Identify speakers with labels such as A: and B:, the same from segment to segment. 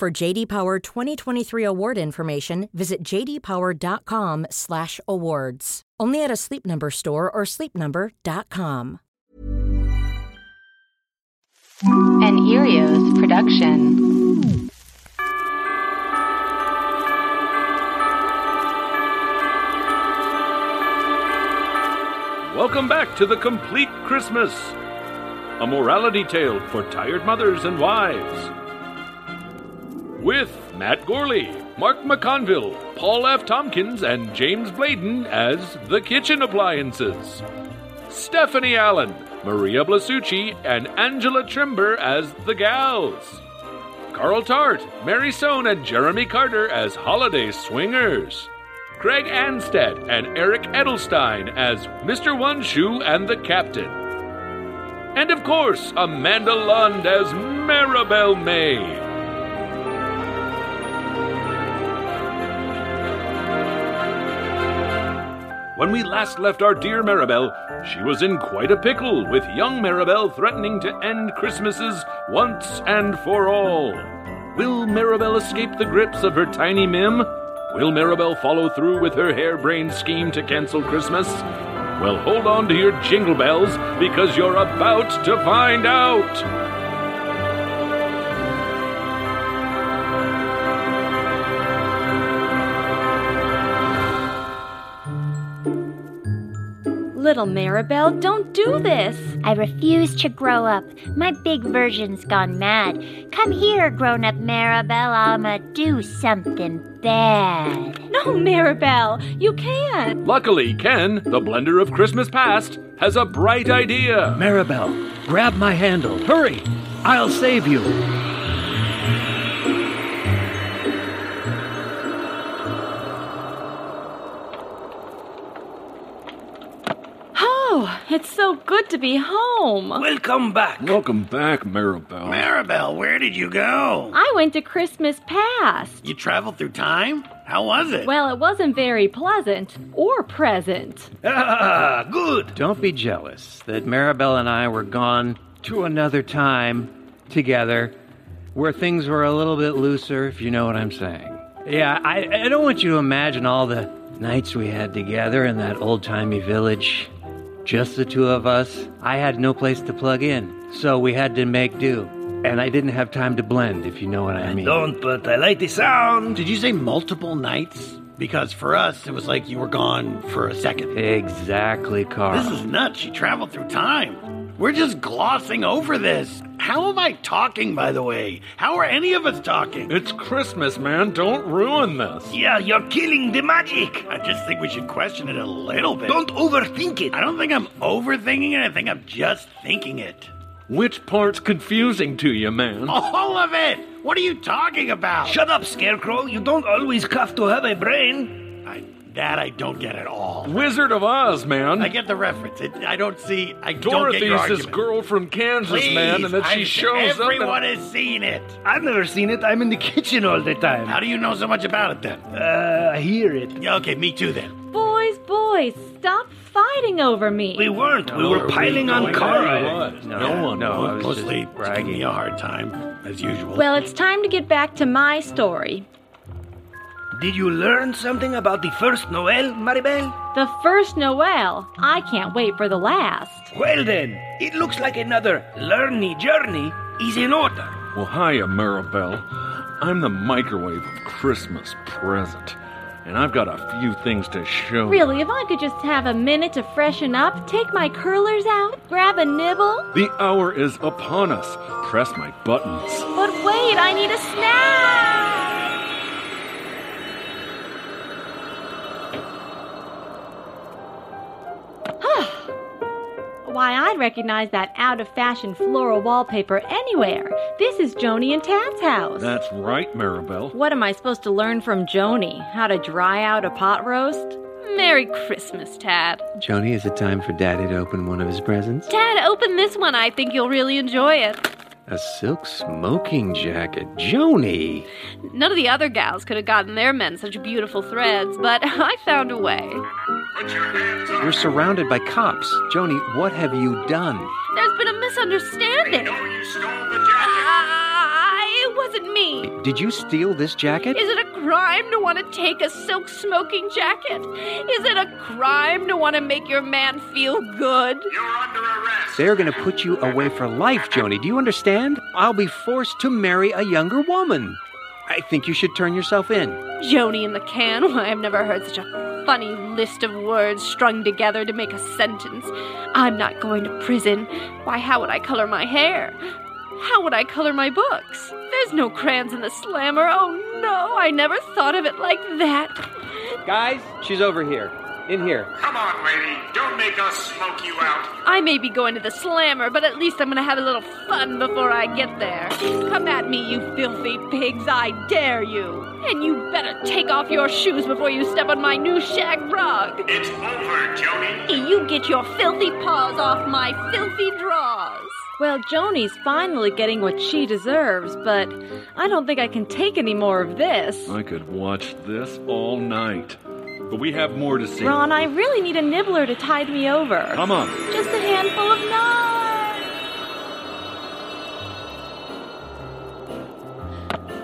A: For JD Power 2023 award information, visit jdpower.com/awards. Only at a Sleep Number store or sleepnumber.com.
B: An Erios production.
C: Welcome back to The Complete Christmas, a morality tale for tired mothers and wives. With Matt Gorley, Mark McConville, Paul F. Tompkins, and James Bladen as the kitchen appliances. Stephanie Allen, Maria Blasucci, and Angela Trimber as the gals. Carl Tart, Mary Sohn, and Jeremy Carter as holiday swingers. Craig Anstead and Eric Edelstein as Mr. One Shoe and the Captain. And of course, Amanda Lund as Maribel May. When we last left our dear Maribel, she was in quite a pickle, with young Maribel threatening to end Christmases once and for all. Will Maribel escape the grips of her tiny mim? Will Maribel follow through with her harebrained scheme to cancel Christmas? Well, hold on to your jingle bells, because you're about to find out!
D: Little Maribel, don't do this.
E: I refuse to grow up. My big version's gone mad. Come here, grown up Maribel. I'ma do something bad.
D: No, Maribel, you can't.
C: Luckily, Ken, the blender of Christmas past, has a bright idea.
F: Maribel, grab my handle. Hurry! I'll save you.
D: Oh, it's so good to be home.
G: Welcome back.
C: Welcome back, Maribel.
G: Maribel, where did you go?
D: I went to Christmas past.
G: You traveled through time? How was it?
D: Well, it wasn't very pleasant or present.
G: Ah, good.
F: Don't be jealous that Maribel and I were gone to another time together where things were a little bit looser, if you know what I'm saying. Yeah, I, I don't want you to imagine all the nights we had together in that old timey village. Just the two of us. I had no place to plug in, so we had to make do. And I didn't have time to blend, if you know what I mean.
G: Don't, but I like the sound. Did you say multiple nights? Because for us, it was like you were gone for a second.
F: Exactly, Carl.
G: This is nuts. You traveled through time. We're just glossing over this. How am I talking, by the way? How are any of us talking?
C: It's Christmas, man. Don't ruin this.
G: Yeah, you're killing the magic. I just think we should question it a little bit. Don't overthink it. I don't think I'm overthinking it. I think I'm just thinking it.
C: Which part's confusing to you, man?
G: All of it! What are you talking about? Shut up, Scarecrow. You don't always have to have a brain. I, that I don't get at all.
C: Wizard of Oz, man.
G: I get the reference. It, I don't see. I don't get your
C: Dorothy's this
G: argument.
C: girl from Kansas, man, and then she
G: I've-
C: shows up.
G: everyone
C: and-
G: has seen it.
H: I've never seen it. I'm in the kitchen all the time.
G: How do you know so much about it then?
H: Uh, I hear it.
G: Yeah, okay, me too then.
D: Boys, boys, stop fighting over me.
H: We weren't. We were piling on Carl.
C: Nobody was. Oh, No one.
F: no, I was just
G: Mostly giving me
F: bragging.
G: a hard time, as usual.
D: Well, it's time to get back to my story.
H: Did you learn something about the first Noel, Maribel?
D: The first Noel. I can't wait for the last.
H: Well then, it looks like another learny journey is in order.
C: Well, hiya, Maribel. I'm the microwave of Christmas present, and I've got a few things to show. you.
D: Really, if I could just have a minute to freshen up, take my curlers out, grab a nibble.
C: The hour is upon us. Press my buttons.
D: But wait, I need a snack! Why, I'd recognize that out of fashion floral wallpaper anywhere. This is Joni and Tad's house.
C: That's right, Maribel.
D: What am I supposed to learn from Joni? How to dry out a pot roast?
I: Merry Christmas, Tad.
F: Joni, is it time for Daddy to open one of his presents?
I: Tad, open this one. I think you'll really enjoy it.
F: A silk smoking jacket. Joni!
I: None of the other gals could have gotten their men such beautiful threads, but I found a way.
F: You're surrounded by cops. Joni, what have you done?
I: There's been a misunderstanding. Ah, it wasn't me.
F: Did you steal this jacket?
I: Is it a crime to want to take a silk smoking jacket? Is it a crime to want to make your man feel good?
F: They're going to put you away for life, Joni. Do you understand? I'll be forced to marry a younger woman. I think you should turn yourself in.
I: Joni in the can? Why, I've never heard such a funny list of words strung together to make a sentence. I'm not going to prison. Why, how would I color my hair? How would I color my books? There's no crayons in the slammer. Oh no, I never thought of it like that.
F: Guys, she's over here. In here.
J: Come on, lady. Don't make us smoke you out.
I: I may be going to the slammer, but at least I'm gonna have a little fun before I get there. Come at me, you filthy pigs, I dare you. And you better take off your shoes before you step on my new shag rug.
J: It's over, Joni.
I: You get your filthy paws off my filthy drawers.
D: Well, Joni's finally getting what she deserves, but I don't think I can take any more of this.
C: I could watch this all night. But we have more to see.
D: Ron, I really need a nibbler to tide me over.
C: Come on.
D: Just a handful of nuts.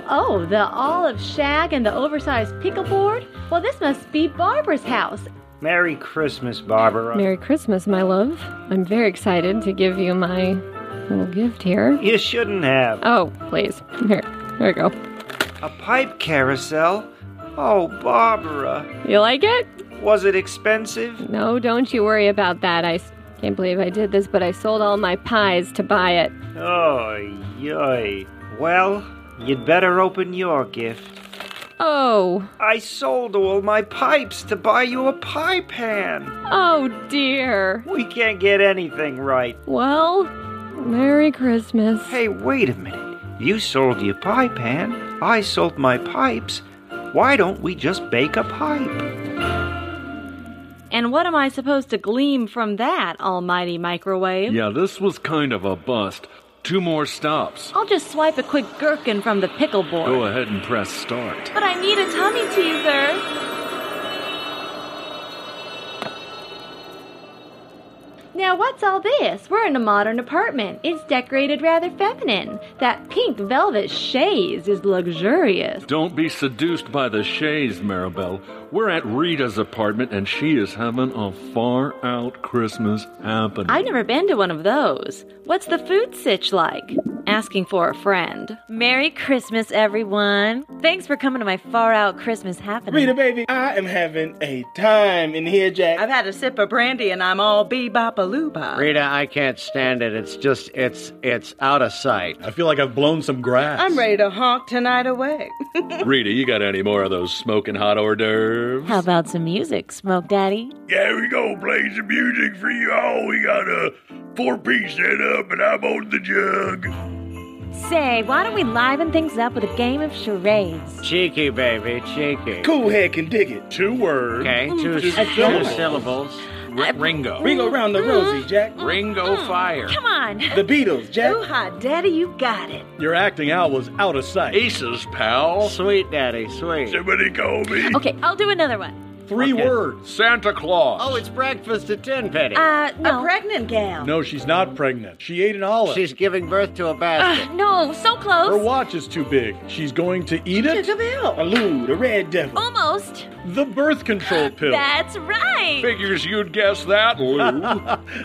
D: Oh, the olive shag and the oversized pickleboard? Well, this must be Barbara's house.
H: Merry Christmas, Barbara.
K: Merry Christmas, my love. I'm very excited to give you my little gift here.
H: You shouldn't have.
K: Oh, please. Here. There we go.
H: A pipe carousel? Oh, Barbara.
K: You like it?
H: Was it expensive?
K: No, don't you worry about that. I s- can't believe I did this, but I sold all my pies to buy it.
H: Oy, yoy. Well, you'd better open your gift.
K: Oh,
H: I sold all my pipes to buy you a pie pan.
K: oh dear.
H: We can't get anything right.
K: Well, Merry Christmas.
H: Hey, wait a minute. You sold your pie pan. I sold my pipes. Why don't we just bake a pipe?
D: And what am I supposed to glean from that, almighty microwave?
C: Yeah, this was kind of a bust. Two more stops.
D: I'll just swipe a quick gherkin from the pickleboard.
C: Go ahead and press start.
D: But I need a tummy teaser. Now, what's all this? We're in a modern apartment. It's decorated rather feminine. That pink velvet chaise is luxurious.
C: Don't be seduced by the chaise, Maribel. We're at Rita's apartment and she is having a far out Christmas happening.
D: I've never been to one of those. What's the food sitch like? Asking for a friend. Merry Christmas, everyone. Thanks for coming to my far out Christmas happening.
L: Rita, baby, I am having a time in here, Jack.
M: I've had a sip of brandy and I'm all bebopalooba.
N: Rita, I can't stand it. It's just, it's, it's out of sight.
O: I feel like I've blown some grass.
M: I'm ready to honk tonight away.
C: Rita, you got any more of those smoking hot hors d'oeuvres?
P: How about some music, Smoke Daddy?
Q: Yeah, we gonna play some music for you all. We got a four piece set up, and I'm on the jug.
P: Say, why don't we liven things up with a game of charades?
N: Cheeky, baby, cheeky.
L: Cool head can dig it.
Q: Two words.
N: Okay, two,
L: Just
N: two
L: syllables.
N: syllables.
P: Mm. I- Mm.
N: Ringo.
L: Ringo round the rosy, Jack.
N: Ringo fire.
P: Come on.
L: The Beatles, Jack.
M: Ooh, hot daddy, you got it.
O: Your acting out was out of sight.
N: Aces, pal. Sweet daddy, sweet.
Q: Somebody call me.
P: Okay, I'll do another one.
O: Three
N: Okay.
O: words.
C: Santa Claus.
N: Oh, it's breakfast at 10, Penny.
P: Uh,
M: A
P: no.
M: pregnant gal.
O: No, she's not pregnant. She ate an olive.
N: She's giving birth to a basket.
P: No, so
O: Her
P: close.
O: watch is too big. She's going to eat
M: Took
O: it?
M: a
L: A
M: pill.
L: Lou, the Red Devil.
P: Almost.
O: The birth control pill.
P: That's right.
C: Figures you'd guess that, Lou.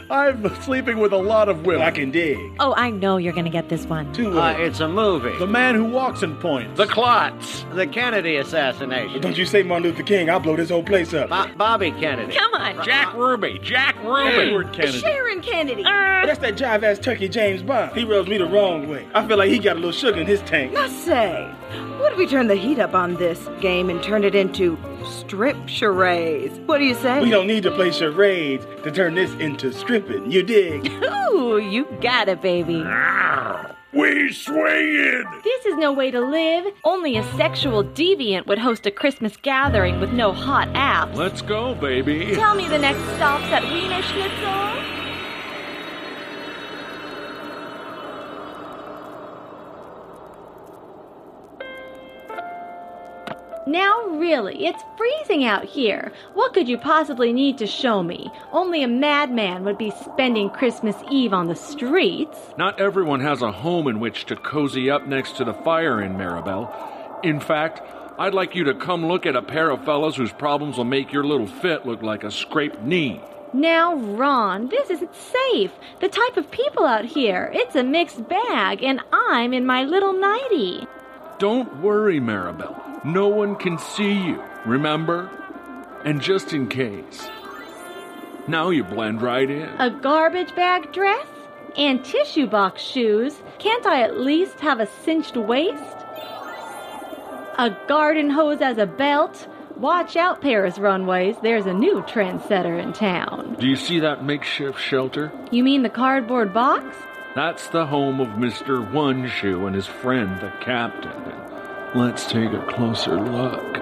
O: I'm sleeping with a lot of women.
L: Oh. I can dig.
P: Oh, I know you're gonna get this one.
L: Two
N: Uh,
L: words.
N: it's a movie.
O: The man who walks and points.
N: The Clots. The Kennedy assassination.
L: Don't you say Martin Luther King, I'll blow this whole place up.
N: Bobby Kennedy.
D: Come on.
N: Jack Ruby. Jack
L: Edward Kennedy.
M: Sharon Kennedy.
L: That's that jive ass turkey James Bond. He rubs me the wrong way. I feel like he got a little sugar in his tank.
M: I say, what if we turn the heat up on this game and turn it into strip charades? What do you say?
L: We don't need to play charades to turn this into stripping. You dig?
D: Ooh, Oh, you got it, baby.
Q: We swinging.
D: This is no way to live. Only a sexual deviant would host a Christmas gathering with no hot apps.
C: Let's go, baby.
D: Tell me the next stop's at Wiener Schnitzel. Now, really, it's freezing out here. What could you possibly need to show me? Only a madman would be spending Christmas Eve on the streets.
C: Not everyone has a home in which to cozy up next to the fire in Maribel. In fact, I'd like you to come look at a pair of fellas whose problems will make your little fit look like a scraped knee.
D: Now, Ron, this isn't safe. The type of people out here, it's a mixed bag, and I'm in my little nightie.
C: Don't worry, Maribel. No one can see you, remember? And just in case. Now you blend right in.
D: A garbage bag dress? And tissue box shoes? Can't I at least have a cinched waist? A garden hose as a belt? Watch out, Paris Runways. There's a new trendsetter in town.
C: Do you see that makeshift shelter?
D: You mean the cardboard box?
C: That's the home of Mr. One Shoe and his friend, the captain. And Let's take a closer look.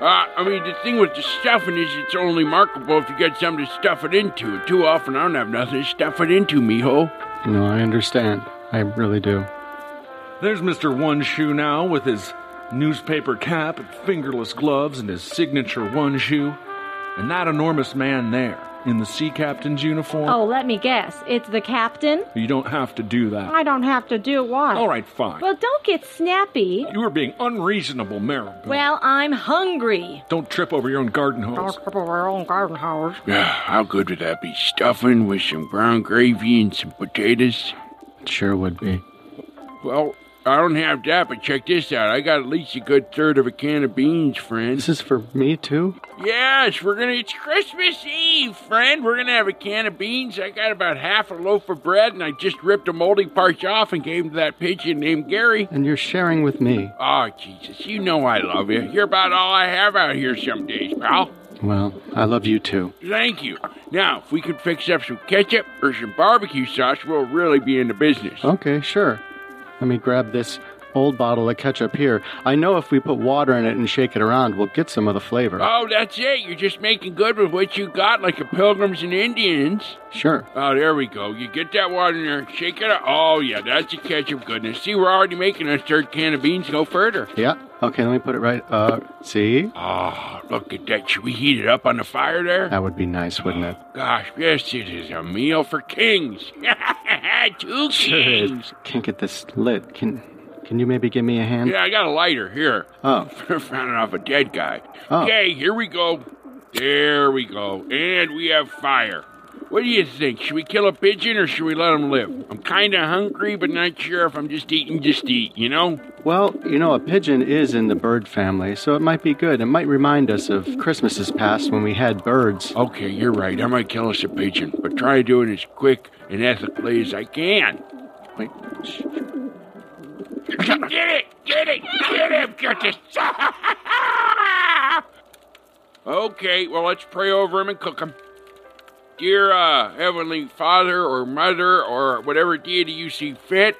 R: Uh, I mean, the thing with the stuffing is it's only markable if you get something to stuff it into. Too often I don't have nothing to stuff it into, mijo.
S: No, I understand. I really do.
C: There's Mr. One Shoe now with his newspaper cap and fingerless gloves and his signature one shoe. And that enormous man there in the sea captain's uniform.
D: Oh, let me guess. It's the captain?
C: You don't have to do that.
D: I don't have to do what?
C: All right, fine.
D: Well, don't get snappy.
C: You are being unreasonable, Maribel.
D: Well, I'm hungry.
C: Don't trip over your own garden hose.
R: Yeah, how good would that be? Stuffing with some brown gravy and some potatoes?
S: It sure would be.
R: Well, I don't have that, but check this out. I got at least a good third of a can of beans, friend.
S: This is for me, too?
R: Yes, we're gonna. It's Christmas Eve, friend. We're gonna have a can of beans. I got about half a loaf of bread, and I just ripped the moldy parts off and gave them to that pigeon named Gary.
S: And you're sharing with me.
R: Oh, Jesus, you know I love you. You're about all I have out here some days, pal.
S: Well, I love you, too.
R: Thank you. Now, if we could fix up some ketchup or some barbecue sauce, we'll really be in the business.
S: Okay, sure. Let me grab this old bottle of ketchup here. I know if we put water in it and shake it around, we'll get some of the flavor.
R: Oh, that's it. You're just making good with what you got, like the pilgrims and Indians.
S: Sure.
R: Oh, there we go. You get that water in there, shake it up. Oh, yeah, that's the ketchup goodness. See, we're already making a third can of beans go further.
S: Yeah. Okay, let me put it right. Uh, see?
R: Oh, look at that. Should we heat it up on the fire there?
S: That would be nice, wouldn't it?
R: Gosh, this is a meal for kings. Two
S: Sure
R: kings.
S: is. Can't get this lit. Can Can you maybe give me a hand?
R: Yeah, I got a lighter here.
S: Oh.
R: Found it off a dead guy.
S: Oh.
R: Okay, here we go. There we go. And we have fire. What do you think? Should we kill a pigeon or should we let him live? I'm kind of hungry, but not sure if I'm just eating, just eat, you know?
S: Well, you know, a pigeon is in the bird family, so it might be good. It might remind us of Christmases past when we had birds.
R: Okay, you're right. I might kill us a pigeon, but try doing it as quick and ethically as I can. Wait. Oh, Get it! Get it! Get him! Get this! okay, well, let's pray over him and cook him. Dear uh, Heavenly Father or Mother or whatever deity you see fit,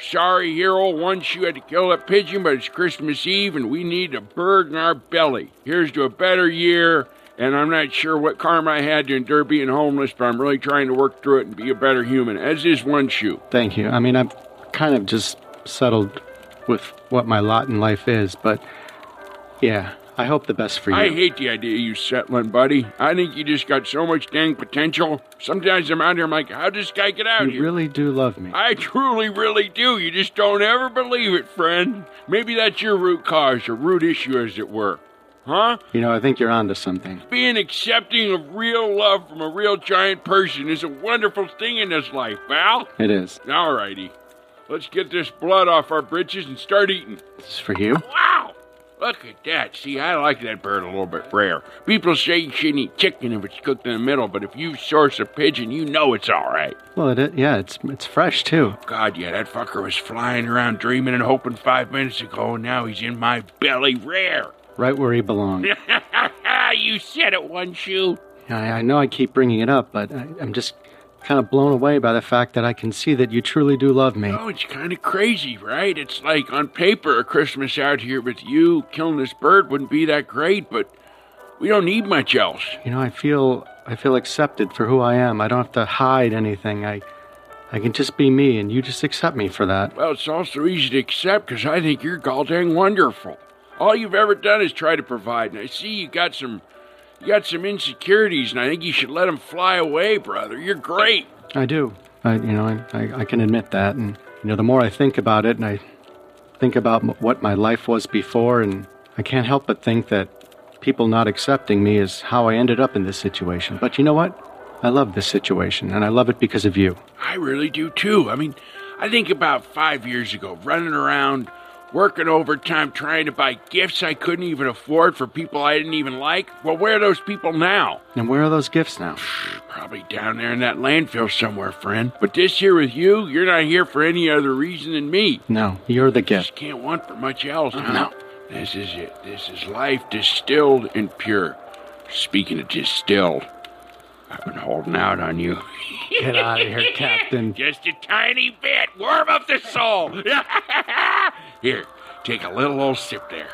R: sorry, hero, once you had to kill that pigeon, but it's Christmas Eve and we need a bird in our belly. Here's to a better year, and I'm not sure what karma I had to endure being homeless, but I'm really trying to work through it and be a better human, as is one shoe.
S: Thank you. I mean, I've kind of just settled with what my lot in life is, but yeah, I hope the best for you.
R: I hate the idea of you settling, buddy. I think you just got so much dang potential. Sometimes I'm out here, I'm like, how'd this guy get out
S: you
R: here?
S: really do love me.
R: I truly, really do. You just don't ever believe it, friend. Maybe that's your root cause, your root issue, as it were. Huh?
S: You know, I think you're onto something.
R: Being accepting of real love from a real giant person is a wonderful thing in this life, pal.
S: It is.
R: Alrighty. Let's get this blood off our britches and start eating.
S: This is for you.
R: Wow! Look at that. See, I like that bird a little bit rare. People say you shouldn't eat chicken if it's cooked in the middle, but if you source a pigeon, you know it's all right.
S: Well, it, yeah, it's it's fresh too.
R: God, yeah, that fucker was flying around dreaming and hoping five minutes ago, and now he's in my belly rare.
S: Right where he belongs.
R: you said it, one shoe.
S: I, I know I keep bringing it up, but I, I'm just kind of blown away by the fact that I can see that you truly do love me.
R: Oh, it's kind of crazy, right? It's like on paper, a Christmas out here with you killing this bird wouldn't be that great, but we don't need much else.
S: You know, I feel I feel accepted for who I am. I don't have to hide anything. I I can just be me, and you just accept me for that.
R: Well, it's also easy to accept because I think you're goddamn wonderful. All you've ever done is try to provide, and I see you got some. You got some insecurities, and I think you should let them fly away, brother. You're great.
S: I do. I, you know, I, I, I can admit that, and you know, the more I think about it, and I think about m- what my life was before, and I can't help but think that people not accepting me is how I ended up in this situation. But you know what? I love this situation, and I love it because of you.
R: I really do too. I mean, I think about five years ago, running around, working overtime, trying to buy gifts I couldn't even afford for people I didn't even like. Well, where are those people now?
S: And where are those gifts now?
R: Probably down there in that landfill somewhere, friend. But this year with you, you're not here for any other reason than me.
S: No, you're the
R: Just
S: gift.
R: can't want for much else. No. This is it. This is life distilled and pure. Speaking of distilled, I've been holding out on you.
S: Get out of here, Captain.
R: Just a tiny bit. Warm up the soul. Here, take a little old sip there.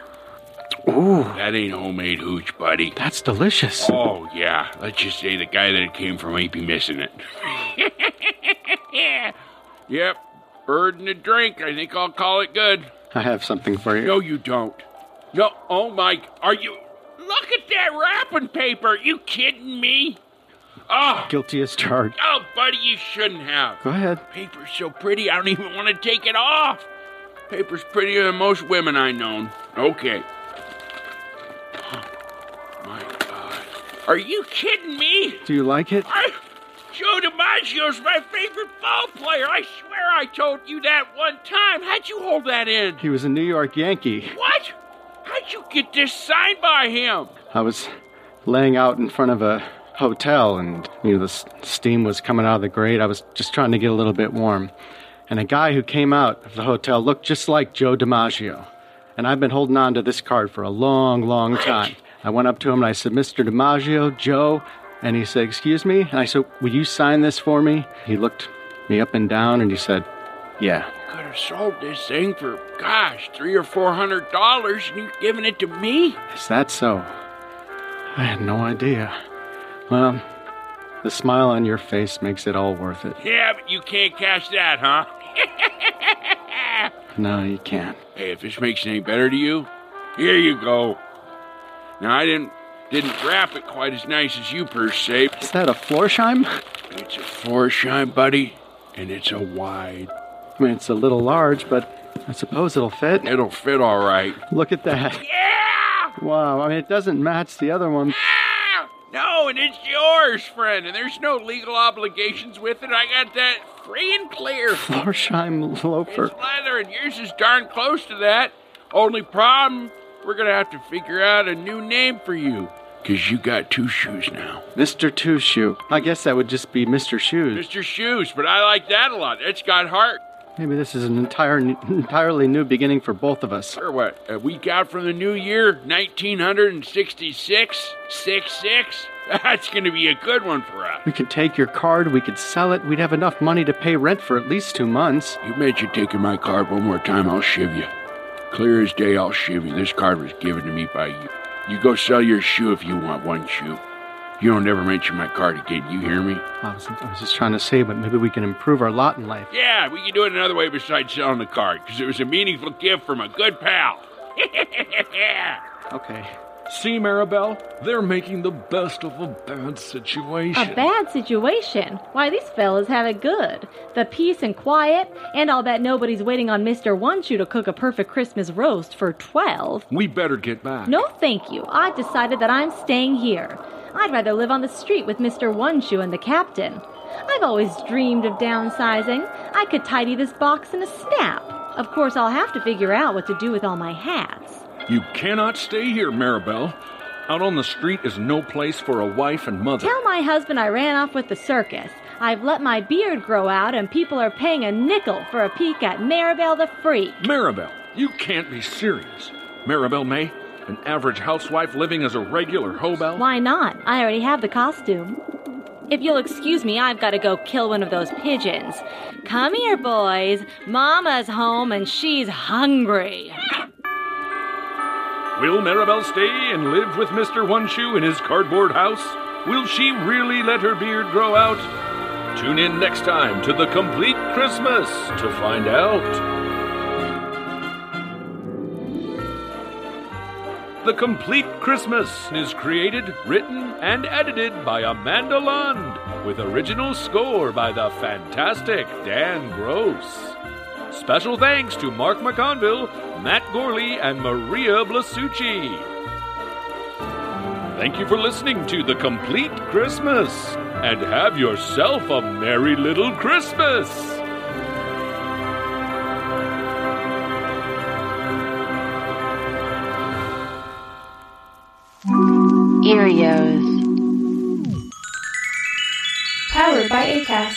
S: Ooh,
R: That ain't homemade hooch, buddy.
S: that's delicious.
R: Oh, yeah. Let's just say the guy that it came from ain't be missing it. yep. Bird and a drink. I think I'll call it good.
S: I have something for you.
R: No, you don't. No. Oh, my. Are you. Look at that wrapping paper. You kidding me? Oh,
S: Guilty as charged.
R: oh, buddy, you shouldn't have.
S: Go ahead.
R: Paper's so pretty, I don't even want to take it off. Paper's prettier than most women I known. Okay. My God. Are you kidding me?
S: Do you like it?
R: I, Joe DiMaggio's my favorite ball player. I swear I told you that one time. How'd you hold that in?
S: He was a New York Yankee.
R: What? How'd you get this signed by him?
S: I was laying out in front of a hotel and you know the s- steam was coming out of the grate. I was just trying to get a little bit warm. And a guy who came out of the hotel looked just like Joe DiMaggio. And I've been holding on to this card for a long, long time. I went up to him and I said, Mr. DiMaggio, Joe. And he said, Excuse me? And I said, Will you sign this for me? He looked me up and down and he said, Yeah.
R: Could have sold this thing for, gosh, three or four hundred dollars, and you're giving it to me?
S: Is that so? I had no idea. Well, the smile on your face makes it all worth it.
R: Yeah, but you can't cash that, huh?
S: No, you can't.
R: Hey, if this makes it any better to you, here you go. Now I didn't didn't wrap it quite as nice as you per se.
S: Is that a Florsheim?
R: It's a four shine, buddy, and it's a wide.
S: I mean, it's a little large, but I suppose it'll fit.
R: It'll fit all right.
S: Look at that. Wow, I mean, it doesn't match the other one.
R: Ah! No, and it's yours, friend, and there's no legal obligations with it. I got that free and clear.
S: Florsheim loafer.
R: It's leather, and yours is darn close to that. Only problem, we're gonna have to figure out a new name for you, 'cause you got two shoes now.
S: Mr. Two Shoe. I guess that would just be Mr. Shoes.
R: Mr. Shoes, but I like that a lot. It's got heart.
S: Maybe this is an entire, entirely new beginning for both of us.
R: Or what? A week out Uh, from the new year, 1966? 66? That's going to be a good one for us.
S: We could take your card, we could sell it, we'd have enough money to pay rent for at least two months.
R: You mention taking my card one more time, I'll shiv you. Clear as day, I'll shiv you. This card was given to me by you. You go sell your shoe if you want one shoe. You don't ever mention my card again, you hear me?
S: I was, I was just trying to say, but maybe we can improve our lot in life.
R: Yeah, we can do it another way besides selling the card, because it was a meaningful gift from a good pal.
S: Okay.
O: See, Maribel, they're making the best of a bad situation.
D: A bad situation. Why, these fellas have it good. The peace and quiet, and all that nobody's waiting on Mr. One Shoe to cook a perfect Christmas roast for 12.
O: we better get back.
D: No, thank you. I've decided that I'm staying here. I'd rather live on the street with Mr. One Shoe and the captain. I've always dreamed of downsizing. I could tidy this box in a snap. Of course, I'll have to figure out what to do with all my hats.
C: You cannot stay here, Maribel. Out on the street is no place for a wife and mother.
D: Tell my husband I ran off with the circus. I've let my beard grow out, and people are paying a nickel for a peek at Maribel the Freak.
C: Maribel, you can't be serious. Maribel May, an average housewife living as a regular hobo?
D: Why not? I already have the costume. If you'll excuse me, I've got to go kill one of those pigeons. Come here, boys. Mama's home and she's hungry.
C: Will Maribel stay and live with Mr. One Shoe in his cardboard house? Will she really let her beard grow out? Tune in next time to The Complete Christmas to find out. The Complete Christmas is created, written, and edited by Amanda Lund, with original score by the fantastic Dan Gross. Special thanks to Mark McConville, Matt Gorley, and Maria Blasucci. Thank you for listening to The Complete Christmas, and have yourself a merry little Christmas!
B: Erios.
T: Powered by ACAST.